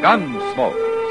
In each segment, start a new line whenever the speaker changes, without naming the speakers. Gunsmoke,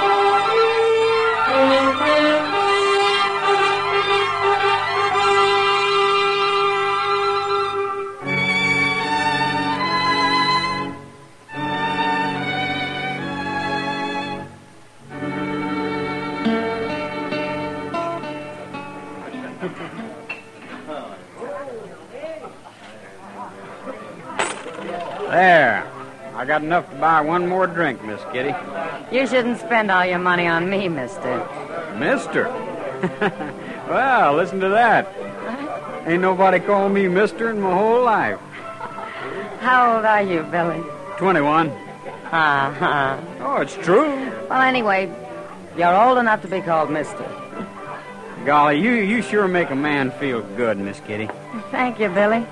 There. I got enough to buy one more drink, Miss Kitty.
You shouldn't spend all your money on me, mister.
Mister. well, listen to that. Ain't nobody called me mister in my whole life.
How old are you, Billy?
21.
Uh huh.
Oh, it's true.
Well, anyway, you're old enough to be called mister.
Golly, you, you sure make a man feel good, Miss Kitty.
Thank you, Billy.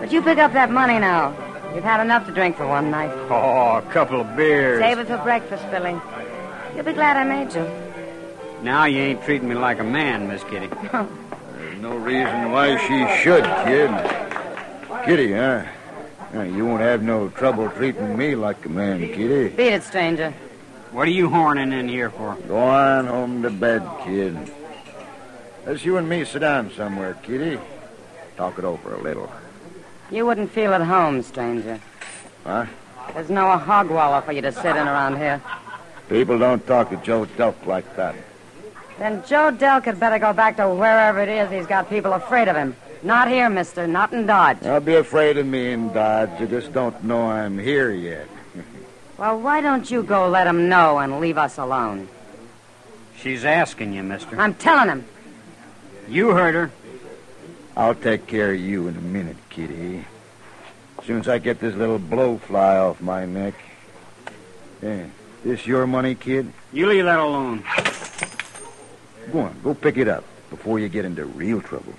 But you pick up that money now. You've had enough to drink for one night.
Oh, a couple of beers.
Save it for breakfast, Billy. You'll be glad I made you.
Now you ain't treating me like a man, Miss Kitty.
No reason why she should, kid. Kitty, huh? Uh, You won't have no trouble treating me like a man, Kitty.
Beat it, stranger.
What are you horning in here for?
Go on home to bed, kid. Let's you and me sit down somewhere, Kitty. Talk it over a little.
You wouldn't feel at home, stranger.
Huh?
There's no hog wallow for you to sit in around here.
People don't talk to Joe Delk like that.
Then Joe Delk had better go back to wherever it is he's got people afraid of him. Not here, mister. Not in Dodge.
Don't be afraid of me and Dodge. You just don't know I'm here yet.
Well, why don't you go let him know and leave us alone?
She's asking you, mister.
I'm telling him.
You heard her.
I'll take care of you in a minute, Kitty. Soon as I get this little blowfly off my neck. Yeah. This your money, kid?
You leave that alone.
Go on, go pick it up before you get into real trouble.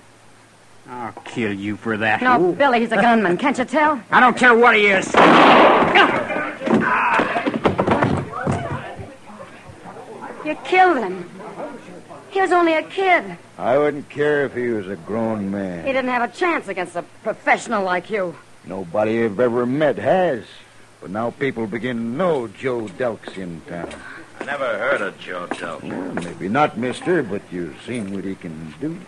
I'll kill you for that.
No, Billy, he's a gunman. Can't you tell?
I don't care what he is.
You killed him. He was only a kid.
I wouldn't care if he was a grown
He
man.
didn't have a chance against a professional like you.
Nobody I've ever met has. But now people begin to know Joe Delk's in town.
I never heard of Joe Delk.
Well, maybe not, mister, but you've seen what he can do.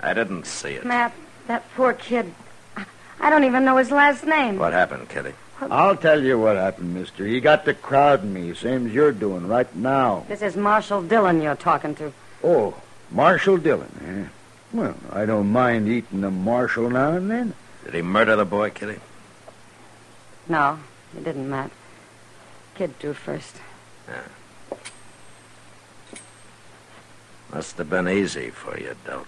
I didn't see it.
Matt, that poor kid. I- I don't even know his last name.
What happened, Kitty?
I'll tell you what happened, mister. He got the crowd me, same as you're doing right now.
This is Marshal Dillon you're talking to.
Oh, Marshal Dillon, eh? Well, I don't mind eating a marshal now and then.
Did he murder the boy, Kitty?
No, you didn't, Matt. Kid do first.
Must have been easy for you, Delk.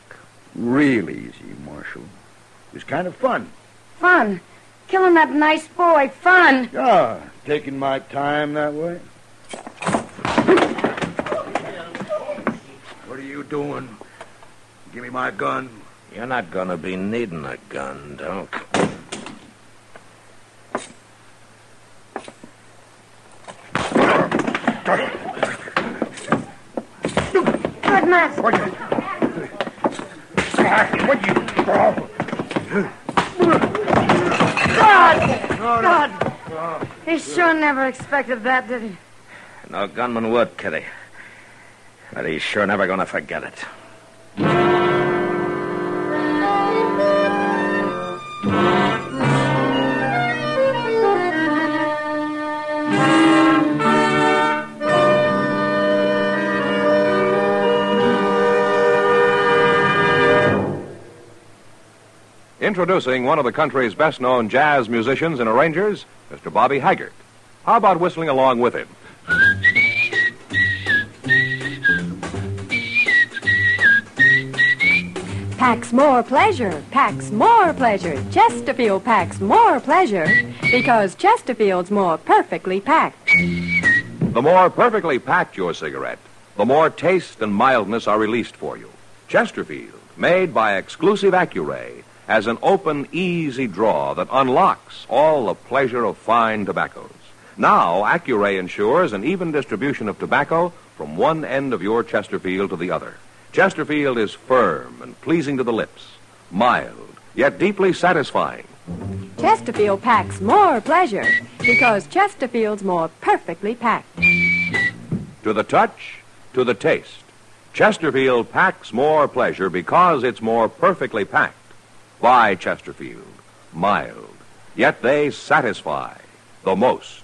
Real easy, Marshal. It was kind of fun.
Fun. Killing that nice boy. Fun.
Ah, taking my time that way.
What are you doing? Give me my gun. You're not going to be needing a gun, Delk.
Good, Matt. God. God.
He sure never expected that, did he?
No gunman would, Kitty. But he's sure never going to forget it.
Introducing one of the country's best known jazz musicians and arrangers, Mr. Bobby Haggart. How about whistling along with him?
Packs more pleasure, packs more pleasure. Chesterfield packs more pleasure because Chesterfield's more perfectly packed.
The more perfectly packed your cigarette, the more taste and mildness are released for you. Chesterfield, made by exclusive Accuray, has an open, easy draw that unlocks all the pleasure of fine tobaccos. Now, Accuray ensures an even distribution of tobacco from one end of your Chesterfield to the other. Chesterfield is firm and pleasing to the lips, mild, yet deeply satisfying.
Chesterfield packs more pleasure because Chesterfield's more perfectly packed.
To the touch, to the taste. Chesterfield packs more pleasure because it's more perfectly packed. Why, Chesterfield? Mild. Yet they satisfy the most.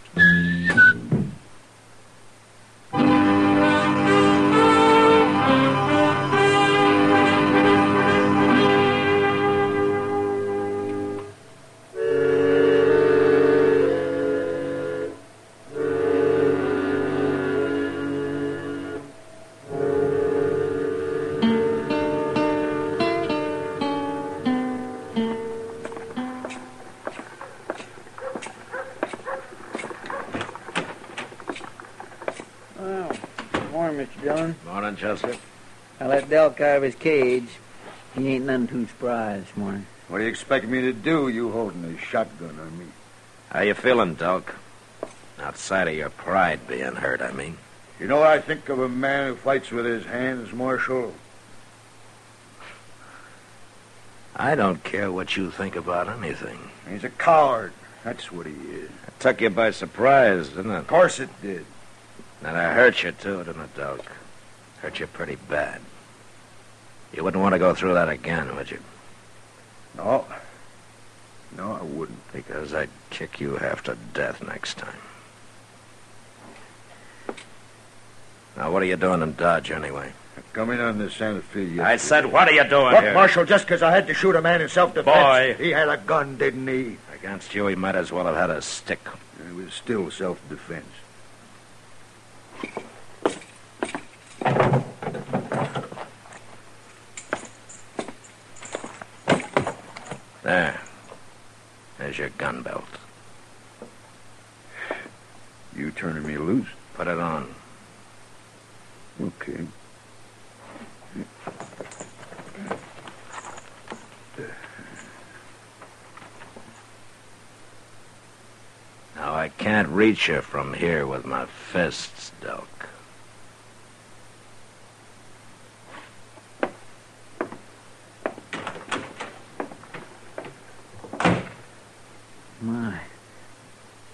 Well, good morning, Mr. Dillon.
Morning, Chester.
I let Del carve his cage. He ain't none too spry this morning.
What do you expect me to do, you holding a shotgun on me?
How you feeling, Delk? Outside of your pride being hurt, I mean.
You know what I think of a man who fights with his hands, Marshal?
I don't care what you think about anything.
He's a coward. That's what he is.
It took you by surprise, didn't it?
Of course it did.
And I hurt you, too, didn't it, Delk? Hurt you pretty bad. You wouldn't want to go through that again, would you?
No. No, I wouldn't.
Because I'd kick you half to death next time. Now, what are you doing in Dodge, anyway?
Come in on the Santa Fe. you-
I said, what are you doing
Look,
here?
Marshal, just because I had to shoot a man in self-defense,
Boy.
he had a gun, didn't he?
Against you, he might as well have had a stick.
It was still self-defense.
There. There's your gun belt.
You turning me loose?
Put it on.
Okay.
Now, I can't reach you from here with my fists, Delk.
My.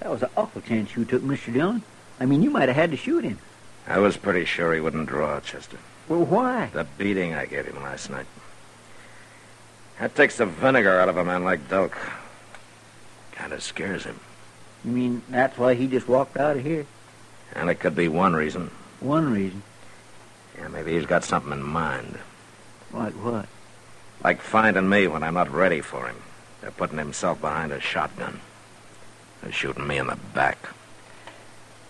That was an awful chance you took, Mr. Dillon. I mean, you might have had to shoot him.
I was pretty sure he wouldn't draw, Chester.
Well, why?
The beating I gave him last night. That takes the vinegar out of a man like Delk. Kind of scares him.
You mean that's why he just walked out of here?
And it could be one reason.
One reason.
Yeah, maybe he's got something in mind.
Like what?
Like finding me when I'm not ready for him. They're putting himself behind a shotgun. They're shooting me in the back.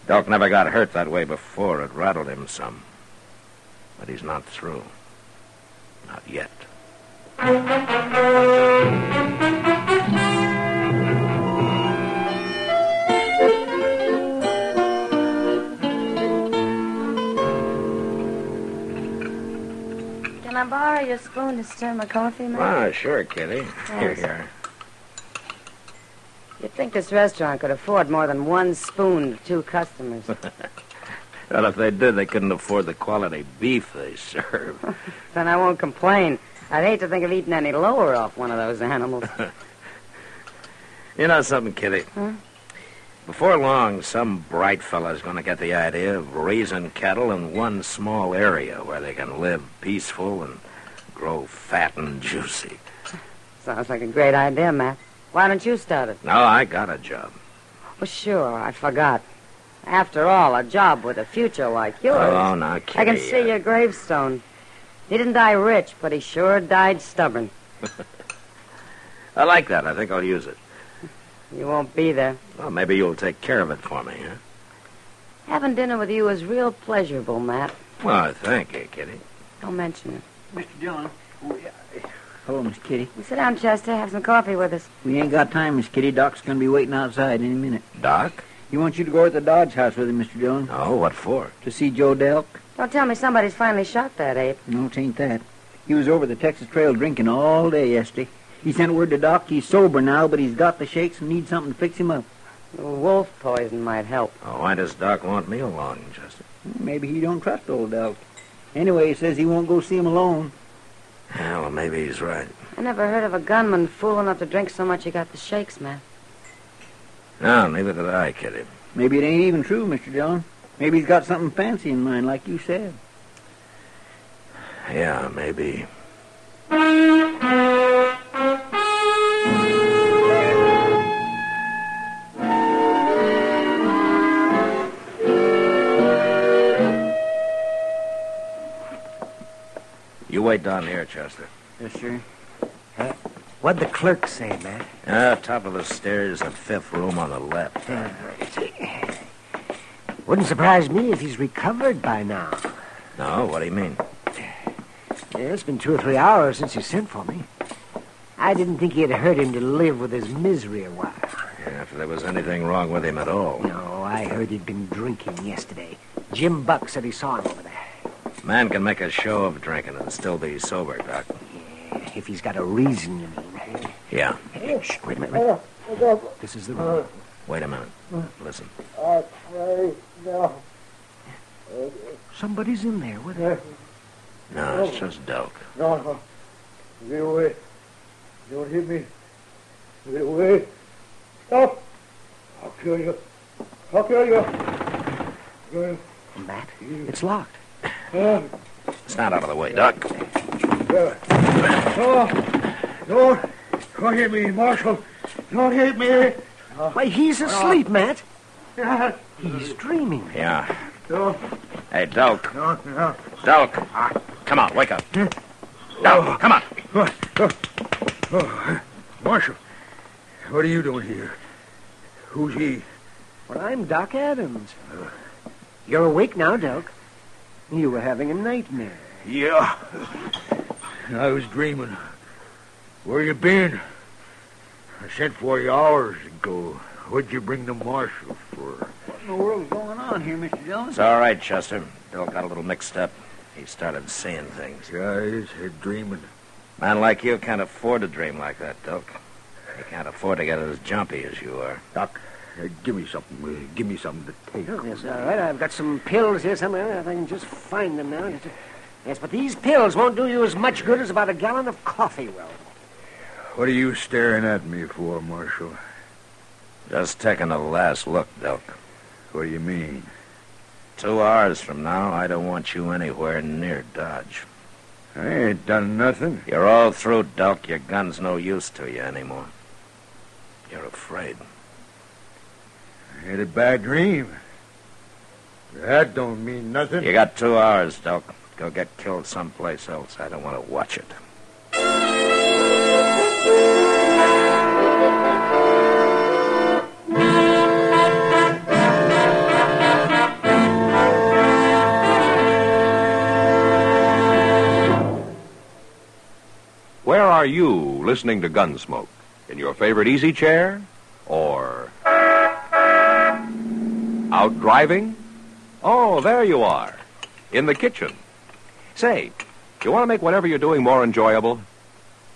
Delk never got hurt that way before. It rattled him some. But he's not through. Not yet.
Can I borrow your spoon to stir my coffee, Matt?
Ah, sure, Kitty. Here, here.
You'd think this restaurant could afford more than one spoon to two customers.
Well, if they did, they couldn't afford the quality beef they serve.
then I won't complain. I'd hate to think of eating any lower off one of those animals.
you know something, Kitty? Before long, some bright fellow's going to get the idea of raising cattle in one small area where they can live peaceful and
grow fat and juicy.
Sounds like a great idea, Matt. Why don't you start it?
No, I got a job.
Well, sure, I forgot. After all, a job with a future like yours.
Oh, now, Kitty.
I can see your gravestone. He didn't die rich, but he sure died stubborn.
I like that. I think I'll use it.
You won't be there.
Well, maybe you'll take care of it for me, huh?
Having dinner with you is real pleasurable, Matt.
Well, thank you, Kitty.
Don't mention it.
Mr. Dillon. we- uh, Hello, Miss Kitty.
Well, sit down, Chester. Have some coffee with us.
We ain't got time, Miss Kitty. Doc's going to be waiting outside any minute.
Doc?
He wants you to go at the Dodge house with him, Mr. Dillon,
Oh, what for?
to see Joe Delk.
Don't tell me somebody's finally shot that ape.
No, it ain't that. He was over the Texas Trail drinking all day yesterday. He sent word to Doc he's sober now, but he's got the shakes and needs something to fix him up.
Wolf poison might help.
Oh, why does Doc want me along, Chester?
Maybe he don't trust old Delk. Anyway, he says he won't go see him alone.
Yeah, well, maybe he's right.
I never heard of a gunman fool enough to drink so much he got the shakes, Matt.
No, neither did I, Kitty.
Maybe it ain't even true, Mr. Dillon. Maybe he's got something fancy in mind, like you said.
Yeah, maybe. You wait down here, Chester.
Yes, sir.
What'd the clerk say, Matt?
Ah, top of the stairs, the fifth room on the left.
Wouldn't surprise me if he's recovered by now.
No, Oh, what do you mean?
Yeah, it's been two or three hours since you sent for me. I didn't think it hurt him to live with his misery a while.
Yeah, If there was anything wrong with him at all.
No, I heard he'd been drinking yesterday. Jim Buck said he saw him over there.
Man can make a show of drinking and still be sober, Doc.
If he's got a reason, you mean.
Yeah.
Shh, wait a minute. This is the room.
Wait a minute. Listen.
Somebody's in there with him.
No, it's just Delk.
No, no. Get away. Don't hit me. Get away. Stop. I'll kill you. I'll kill you. Kill you.
Matt, it's locked.
Uh,
It's not out of the way, Doc.
yeah. No. Don't. Don't hit me, Marshal. Don't hit me.
Why, he's asleep, Matt.
No,
He's dreaming.
Yeah.
no,
Hey, Delk.
no.
Delk. ah, Come on, wake up. Delk, come on.
Marshal, what are you doing here? Who's he?
Well, I'm Doc Adams. You're awake now, Doc. You were having a nightmare.
Yeah. I was dreaming. Where you been? I sent for you hours ago. What'd you bring the marshal for?
What in the world's going on here, Mr. Dillon?
It's all right, Chester. Delk got a little mixed up. He started seeing things.
Yeah, he's dreaming.
Man like you can't afford to dream like that, Delk. He can't afford to get as jumpy as you are.
uh,
Hey, give me something. will you? Give me something to take.
Yes, all right. I've got some pills here somewhere. If I can just find them now. Yes, but these pills won't do you as much good as about a gallon of coffee will.
What are you staring at me for, Marshal?
Just taking a last look, Delk.
What do you mean?
Two hours from now, I don't want you anywhere near Dodge.
I ain't done nothing.
You're all through, Delk. Your gun's no use to you anymore. You're afraid.
I had a bad dream. That don't mean nothing.
You got two hours, Delk. Go get killed someplace else. I don't want to watch it.
Where are you listening to Gunsmoke? In your favorite easy chair? Or. Out driving? Oh, there you are. In the kitchen. Say, you want to make whatever you're doing more enjoyable?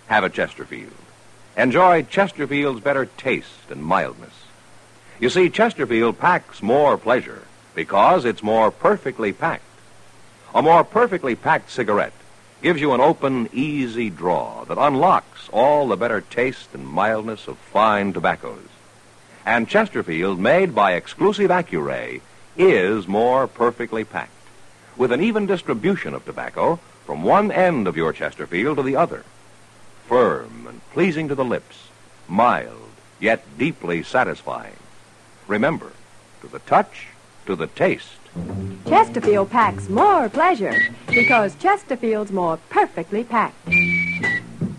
Have a Chesterfield. Enjoy Chesterfield's better taste and mildness. You see, Chesterfield packs more pleasure because it's more perfectly packed. A more perfectly packed cigarette gives you an open, easy draw that unlocks all the better taste and mildness of fine tobaccos. And Chesterfield, made by exclusive Accuray, is more perfectly packed, with an even distribution of tobacco from one end of your Chesterfield to the other. Firm and pleasing to the lips, mild, yet deeply satisfying. Remember, to the touch, to the taste.
Chesterfield packs more pleasure because Chesterfield's more perfectly packed.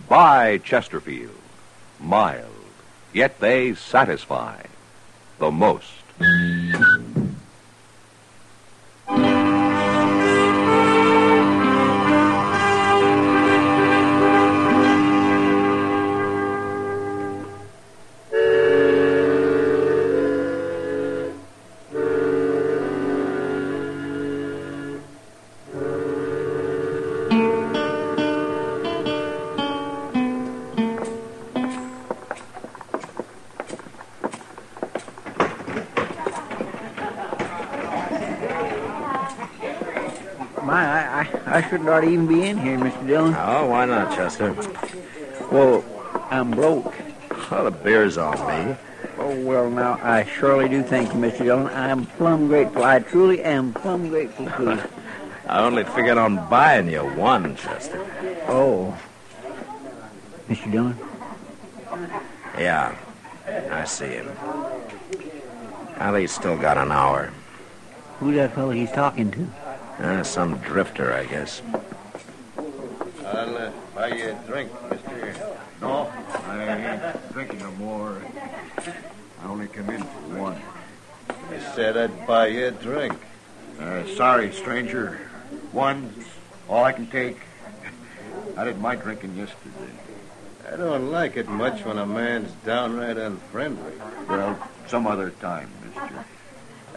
Buy Chesterfield. Mild, yet they satisfy the most.
My, I, I, I shouldn't ought to even be in here, Mr. Dillon.
Oh, why not, Chester?
Well, I'm broke.
Well, the beer's on me.
Oh, well, now, I surely do thank you, Mr. Dillon. I'm plumb grateful. I truly am plumb grateful to you.
I only figured on buying you one, Chester.
Oh. Mr. Dillon,
Yeah, I see him. Ali's still got an hour.
who's that fellow he's talking to?
Uh, some drifter, I guess.
I'll uh, buy you a drink, mister. No, I ain't drinking no more. I only come in for one. I said I'd buy you a drink. Uh, sorry, stranger. One's all I can take. I did my drinking yesterday.
I don't like it much when a man's downright unfriendly.
Well, some other time, mister.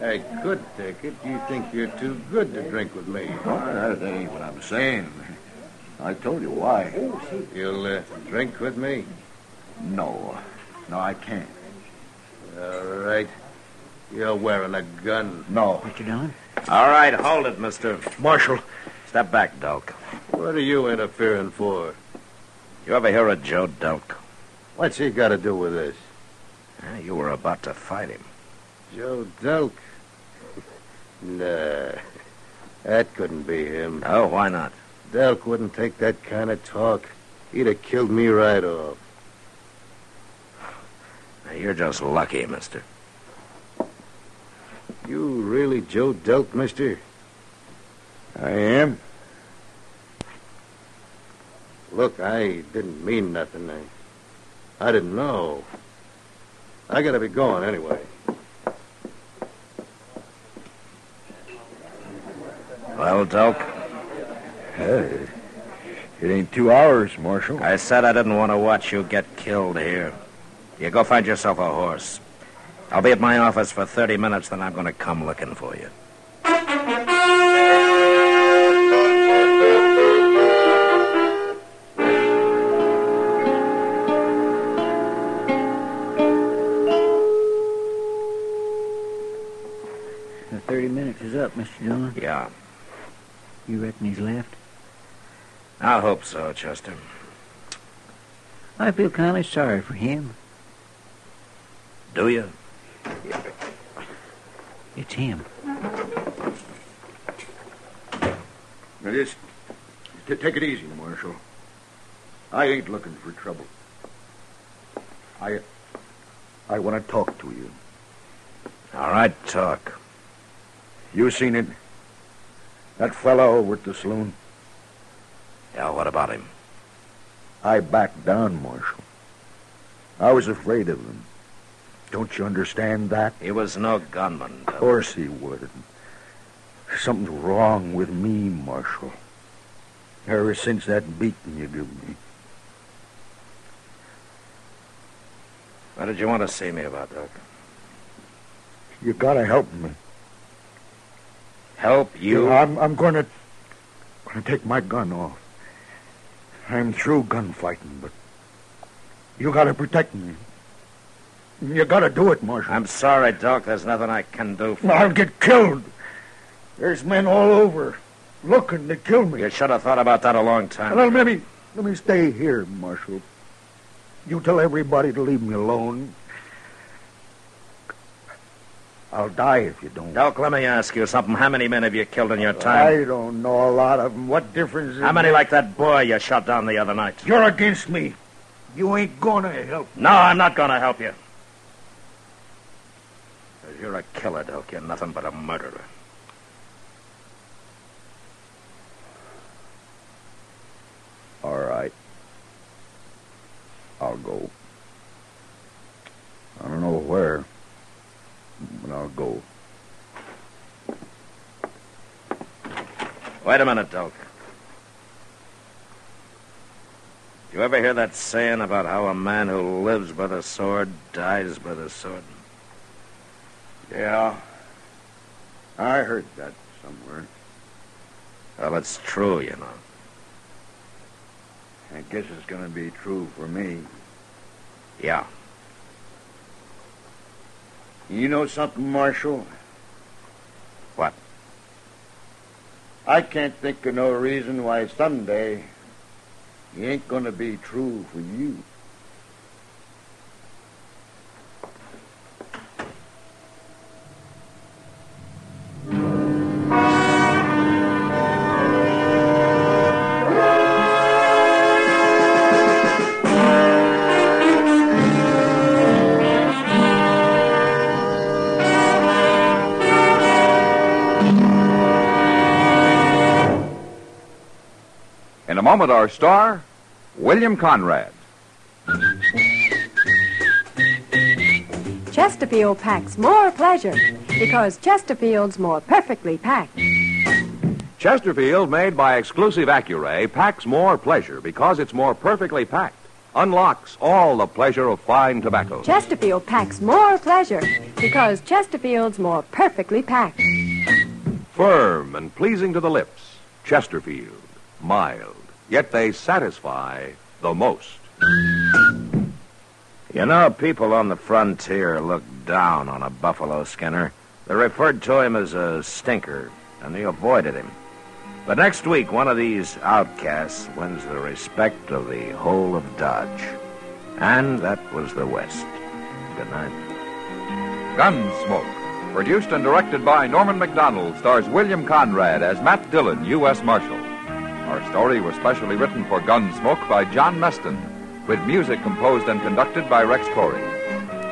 I could take it. You think you're too good to drink with me.
Well, that ain't what I'm saying. I told you why.
You'll uh, drink with me?
No. No, I can't.
All right. You're wearing a gun.
No.
Mr. Dillon?
All right, hold it, Mr. Marshal. Step back, Delk.
What are you interfering for?
You ever hear of Joe Delk?
What's he got to do with this?
Uh, you were about to fight him.
Joe Delk? Nah. That couldn't be him.
Oh, why not?
Delk wouldn't take that kind of talk. He'd have killed me right off.
Now, You're just lucky, mister.
You really Joe Delk, mister?
I am?
Look, I didn't mean nothing. I, I didn't know. I gotta be going anyway.
Well, Delk,
Hey, it ain't two hours, Marshal.
I said I didn't want to watch you get killed here. You go find yourself a horse. I'll be at my office for 30 minutes, then I'm going to come looking for you.
The 30 minutes is up, Mr. Dillon.
Yeah.
You reckon he's left?
I hope so, Chester.
I feel kind of sorry for him.
Do you?
It's him.
Now, just t- take it easy, Marshal. I ain't looking for trouble. I, I want to talk to you.
All right, talk.
You seen it? That fella over at the saloon.
Yeah, what about him?
I backed down, Marshal. I was afraid of him. Don't you understand that?
He was no gunman.
Of
Delk.
course he would. Something's wrong with me, Marshal. Ever since that beating you give me.
What did you want to see me about, Doc?
You gotta help me.
Help you?
I'm I'm gonna gonna take my gun off. I'm through gunfighting, but you gotta protect me. You gotta do it, Marshal.
I'm sorry, Doc. There's nothing I can do for
I'll
you.
get killed. There's men all over looking to kill me.
You should have thought about that a long time.
Well, let me let me stay here, Marshal. You tell everybody to leave me alone. I'll die if you don't.
Doc, let me ask you something. How many men have you killed in your
I
time?
don't know a lot of them. What difference?
How many like that boy you shot down the other night?
You're against me. You ain't gonna help.
No, I'm not going to help you. 'Cause You're a killer, Doc. You're nothing but a murderer.
All right. I'll go. I don't know where, but I'll go.
Wait a minute, Doc. You ever hear that saying about how a man who lives by the sword dies by the sword?
Yeah. I heard that somewhere.
Well, it's true, you know.
I guess it's going to be true for me.
Yeah.
You know something, Marshal?
What?
I can't think of no reason why someday it ain't gonna be true for you.
In a moment, our star, William Conrad.
Chesterfield packs more pleasure because Chesterfield's more perfectly packed.
Chesterfield, made by exclusive Accuray, packs more pleasure because it's more perfectly packed. Unlocks all the pleasure of fine tobaccos.
Chesterfield packs more pleasure because Chesterfield's more perfectly packed.
Firm and pleasing to the lips. Chesterfield. Mild. Yet they satisfy the most.
You know, people on the frontier look down on a buffalo skinner. They referred to him as a stinker, and they avoided him. But next week, one of these outcasts wins the respect of the whole of Dodge. And that was the West. Good night.
Gunsmoke, produced and directed by Norman McDonald, stars William Conrad as Matt Dillon, U.S. Marshal. Our story was specially written for Gunsmoke by John Meston, with music composed and conducted by Rex Corey.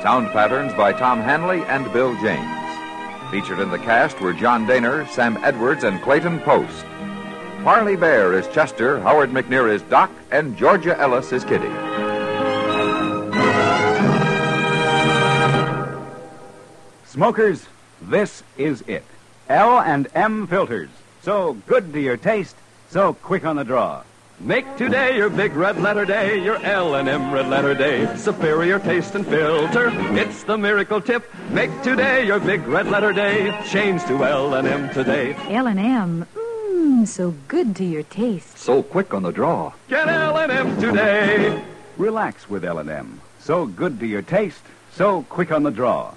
Sound patterns by Tom Hanley and Bill James. Featured in the cast were John Daner, Sam Edwards, and Clayton Post. Parley Bear is Chester, Howard McNear is Doc, and Georgia Ellis is Kitty.
Smokers, this is it. L and M filters. So good to your taste, so quick on the draw.
Make today your big red letter day, your L and M red letter day. Superior taste and filter, it's the miracle tip. Make today your big red letter day. Change to L and M today.
L&M. Mmm, so good to your taste.
So quick on the draw.
Get L and M today.
Relax with L&M. So good to your taste, so quick on the draw.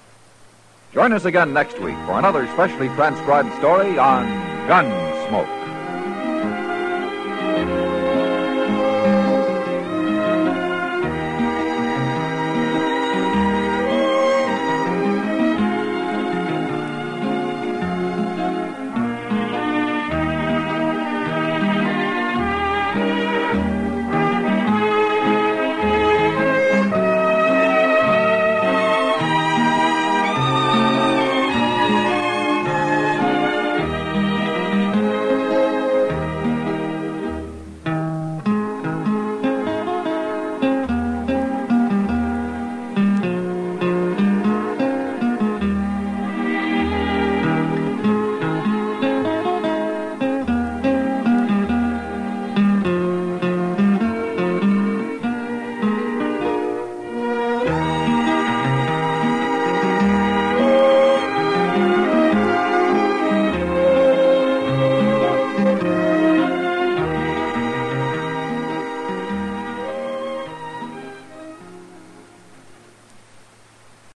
Join us again next week for another specially transcribed story on Gunsmoke.